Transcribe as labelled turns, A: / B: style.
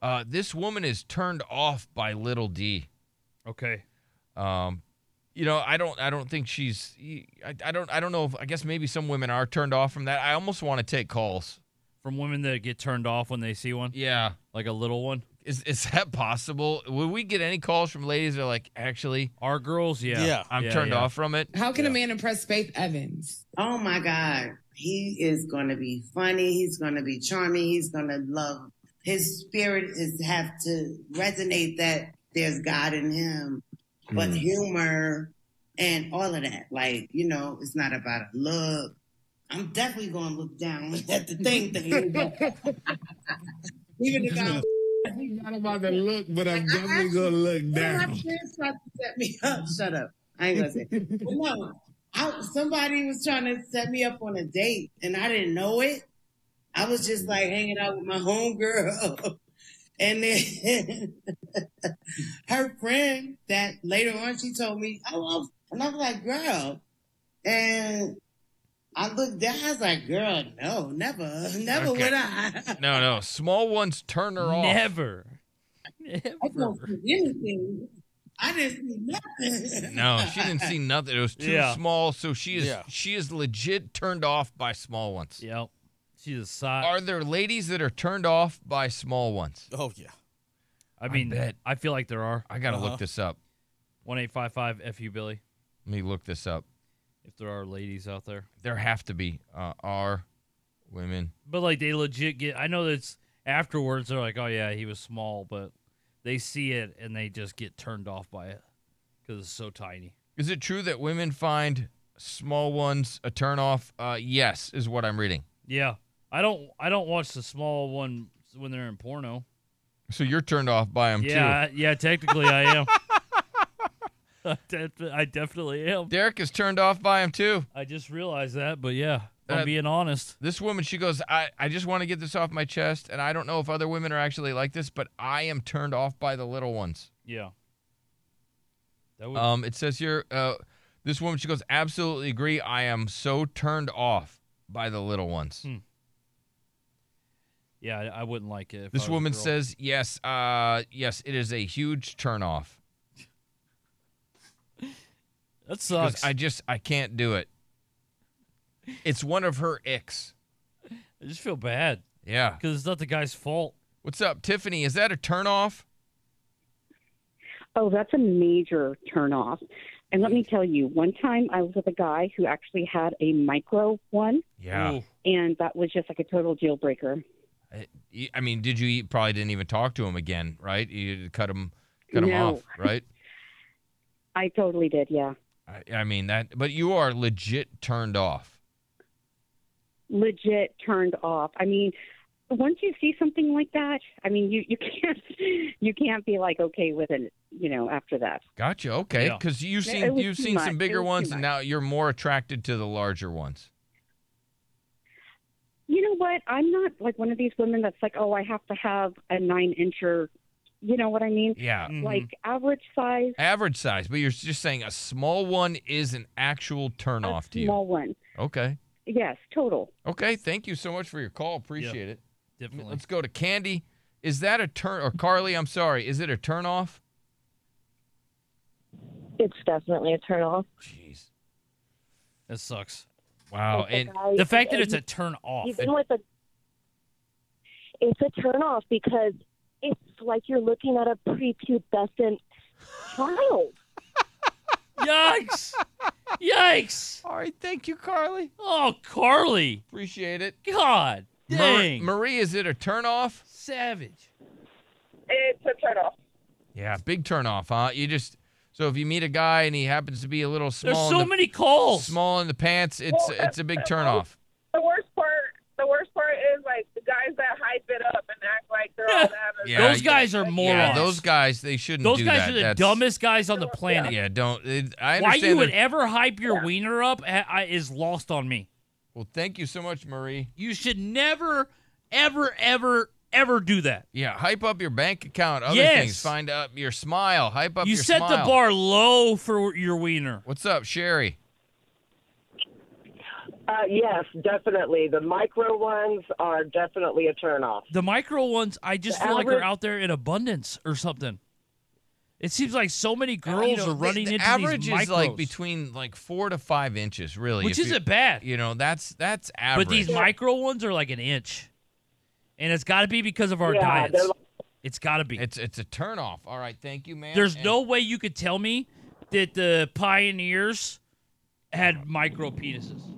A: Uh, this woman is turned off by little D.
B: Okay.
A: Um, you know, I don't, I don't think she's, I, I don't, I don't know. If, I guess maybe some women are turned off from that. I almost want to take calls.
B: From women that get turned off when they see one,
A: Yeah,
B: like a little one.
A: is is that possible? Would we get any calls from ladies that are like, actually,
B: Our girls, yeah.
C: Yeah.
A: I'm
B: Yeah,
A: turned
B: yeah.
A: off from it?
D: How can
C: Yeah.
D: a man impress Faith Evans?
E: Oh my God. He is going to be funny. He's going to be charming. He's going to love. His spirit is have to resonate that there's God in him, but humor and all of that. Like, you know, it's not about a look. I'm definitely going to look down at the thing thing. but- Even if I'm
C: Not about to look, but I'm definitely gonna look
E: My
C: down.
E: friends tried to set me up. Shut up. I ain't gonna say. But no, I, somebody was trying to set me up on a date, and I didn't know it. I was just like hanging out with my homegirl, and then her friend. That later on, she told me, "I love," and I'm like, "Girl," and. I looked down, I was like, girl, no, never, never
A: Okay.
E: would I.
A: No, no. Small ones turn her off.
B: Never.
E: I don't
B: Never.
E: see anything. I didn't see nothing.
A: No, she didn't see nothing. It was too
B: Yeah.
A: small, so she is
C: Yeah.
A: she is legit turned off by small ones.
B: Yep. She's a side.
A: Are there ladies that are turned off by small ones?
C: Oh yeah.
B: I mean, I,
A: bet.
B: feel like there are
A: I gotta
C: Uh-huh.
A: look this up.
B: one eight five five fu Billy.
A: Let me look this up.
B: If there are ladies out there,
A: There have to be uh, are women.
B: but like they legit get. I know that's afterwards. They're like, oh yeah, he was small, but they see it and they just get turned off by it because it's so tiny.
A: Is it true that women find small ones a turn off? Uh, yes, is what I'm reading.
B: Yeah, I don't. I don't watch the small one when they're in porno.
A: So you're turned off by them
B: yeah, I- yeah. Technically, I am. I, def- I definitely am.
A: too. Derek is turned off by them too.
B: I just realized that, but yeah, I'm
A: Uh,
B: being honest.
A: This woman, she goes, I, I just want to get this off my chest, and I don't know if other women are actually like this, but I am turned off by the little ones.
B: Yeah. That would
A: Um, it says here, uh, this woman, she goes, absolutely agree. I am so turned off by the little ones.
B: Hmm. Yeah, I, I wouldn't like it. if I was
A: This
B: a
A: woman
B: Oh, girl.
A: says, yes, uh, yes, it is a huge turn off.
B: that
A: 'Cause
B: sucks.
A: I
B: I,
A: just, I can't do it. It's one of her icks.
B: just feel bad
A: Yeah.
B: because it's not the guy's fault.
A: What's up, Tiffany? Is that a turn off?
F: Oh, that's a major turnoff. And let
A: Mm-hmm.
F: me tell you, one time I was with a guy who actually had a micro one,
B: Ooh.
F: and that was just like a total deal breaker.
A: I- I mean, did you you probably didn't even talk to him again, right? You cut him, cut him
F: No.
A: off, right?
F: I totally did, yeah.
A: I, I mean that, but you are legit turned off.
F: Legit turned off. I mean, once you see something like that, I mean, you you can't you can't be like okay with it, you know, after that.
A: Gotcha. Okay,
B: Yeah.
A: because you've
F: Yeah,
A: seen
F: it was
A: you've
F: too
A: seen some
F: much.
A: bigger
F: It was too
A: ones, and
F: much.
A: now you're more attracted to the larger ones.
F: You know what? I'm not like one of these women that's like, "Oh, I have to have a 9-incher." You know what I mean?
A: Yeah,
B: Mhm.
F: Like average size,
A: average size, but you're just saying a small one is an actual turn
F: a
A: off to you.
F: small one.
A: Okay.
F: Yes, total.
A: Okay. Thank you so much for your call. Appreciate it.
B: definitely.
A: Let's go to Candy. Is that a turn or Carly? I'm sorry. Is it a turn off?
G: It's definitely a turn off.
A: Jeez.
B: that sucks.
A: Wow.
G: If a
A: And
G: guy-
B: Oh, The fact that it's a
G: even-
B: turn off.
G: even with a it's a turn off because it's like you're looking at a prepubescent child.
B: Yikes! Yikes!
A: all right. Thank you, Carly.
B: Oh, Carly!
A: Appreciate it.
B: God
A: Mar-
B: dang!
A: Marie, is it a turn off?
B: Savage.
H: It's a turn off.
A: Yeah, big turn off, huh? You just so if you meet a guy and he happens to be a little small,
B: There's
A: in
B: so
A: the-
B: many calls.
A: small in the pants, it's
H: Well,
A: it's a big turn off.
H: The worst part, the worst part is like the guys that hype it up and act like they're all that.
A: Yeah,
B: those guys are morons.
A: Yeah, those guys they shouldn't.
B: Those
A: do
B: guys
A: that.
B: are the
A: That's-
B: dumbest guys on the planet.
A: Yeah, don't. It, I
B: Why
A: understand.
B: you would
A: they're-
B: ever hype your wiener up I, I- is lost on me.
A: well, thank you so much, Marie.
B: You should never, ever, ever, ever do that.
A: Yeah, hype up your bank account. Other
B: Yes.
A: things. Find up your smile. Hype up
B: you
A: your
B: set the
A: smile.
B: bar low for your wiener.
A: What's up, Sherry?
H: Uh, yes, definitely. The micro ones are definitely a turnoff.
B: The micro ones, I just
H: The
B: feel like are
H: average-
B: out there in abundance or something. It seems like so many
A: You
B: girls
A: know,
B: are
A: the-
B: running
A: the
B: into
A: average
B: these micros,
A: is like between like four to five inches, really.
B: which
A: if you-
B: isn't bad.
A: You know, that's that's average.
B: But these micro ones are like an inch, and it's got to be because of our
H: Yeah,
B: diets.
H: they're like-
B: It's got to be.
A: it's it's a turnoff. All right, thank you, man.
B: There's
A: And-
B: no way you could tell me that the pioneers had micro penises.